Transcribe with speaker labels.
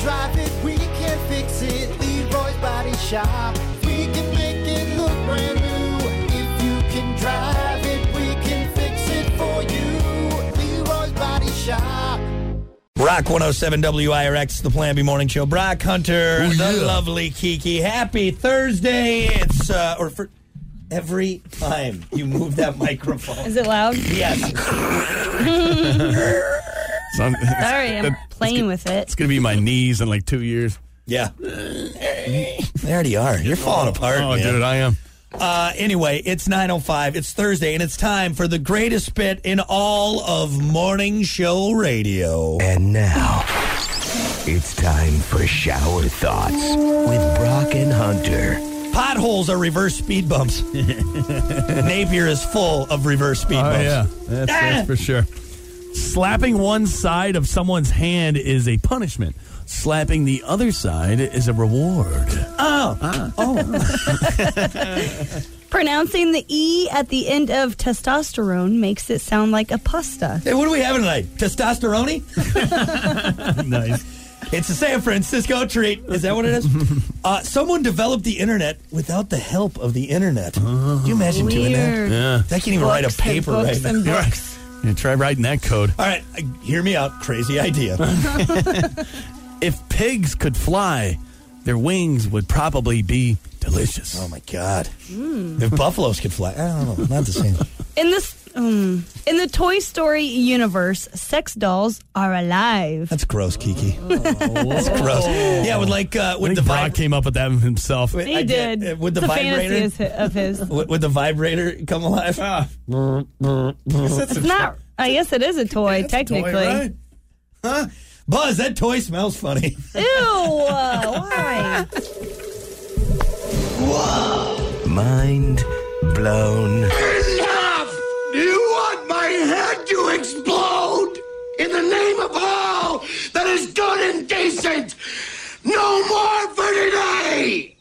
Speaker 1: drive it, we can fix it. Leroy's Body Shop. We can make it look brand new. If you can drive it, we can fix it for you. Leroy's Body Shop.
Speaker 2: Rock 107 WIRX, the Plan B Morning Show. Brock Hunter,
Speaker 3: Ooh,
Speaker 2: the
Speaker 3: Oh, yeah.
Speaker 2: lovely Kiki. Happy Thursday. It's, uh, or for every time you move that microphone.
Speaker 4: Is it loud?
Speaker 2: Yes.
Speaker 3: Some-
Speaker 4: Sorry, I'm
Speaker 3: that-
Speaker 4: playing with it.
Speaker 3: It's gonna be my knees in like two years.
Speaker 2: Yeah. They already are. You're falling apart.
Speaker 3: Oh,
Speaker 2: man.
Speaker 3: dude, I am.
Speaker 2: Uh, anyway, it's 9.05. It's Thursday, and it's time for the greatest bit in all of morning show radio.
Speaker 5: And now, it's time for Shower Thoughts with Brock and Hunter.
Speaker 2: Potholes are reverse speed bumps. Napier is full of reverse speed
Speaker 3: Oh
Speaker 2: bumps.
Speaker 3: yeah, that's, that's for sure. Slapping one side of someone's hand is a punishment. Slapping the other side is a reward.
Speaker 2: Oh,
Speaker 4: Pronouncing the E at the end of testosterone makes it sound like a pasta.
Speaker 2: Hey, what are we having tonight? Testosterone?
Speaker 3: nice.
Speaker 2: It's a San Francisco treat. Is that what it is? uh, someone developed the internet without the help of the internet. Can you imagine doing that?
Speaker 4: Oh. Weird.
Speaker 3: Yeah.
Speaker 2: I can't even write a
Speaker 4: Books and
Speaker 2: paper right
Speaker 4: books
Speaker 2: now.
Speaker 4: and
Speaker 3: You're
Speaker 4: books.
Speaker 3: right. You try writing that code.
Speaker 2: All right, uh, hear me out. Crazy idea.
Speaker 3: If pigs could fly, their wings would probably be delicious.
Speaker 2: oh my god!
Speaker 4: Hmm.
Speaker 2: If buffaloes could fly, I don't know. Not the same.
Speaker 4: In this, um, in the Toy Story universe, sex dolls are alive.
Speaker 2: That's gross, Kiki.
Speaker 4: Oh.
Speaker 2: That's gross. Yeah, with like uh,
Speaker 3: I
Speaker 2: with
Speaker 3: think
Speaker 2: the
Speaker 3: Brock
Speaker 2: vib-
Speaker 3: came up with that himself.
Speaker 2: Wait.
Speaker 4: He
Speaker 2: I
Speaker 4: did.
Speaker 2: did. Uh, with the
Speaker 4: it's a
Speaker 2: vibrator?
Speaker 4: fantasy is hi- of his.
Speaker 2: Would, would the vibrator come alive?
Speaker 4: Ah. it's not. I guess it is a toy technically.
Speaker 2: right? Huh? Buzz, that toy smells funny.
Speaker 4: Ew! uh, Why?
Speaker 5: Mind blown.
Speaker 6: Enough! Do you want my head to explode? In the name of all that is good and decent, no more for today!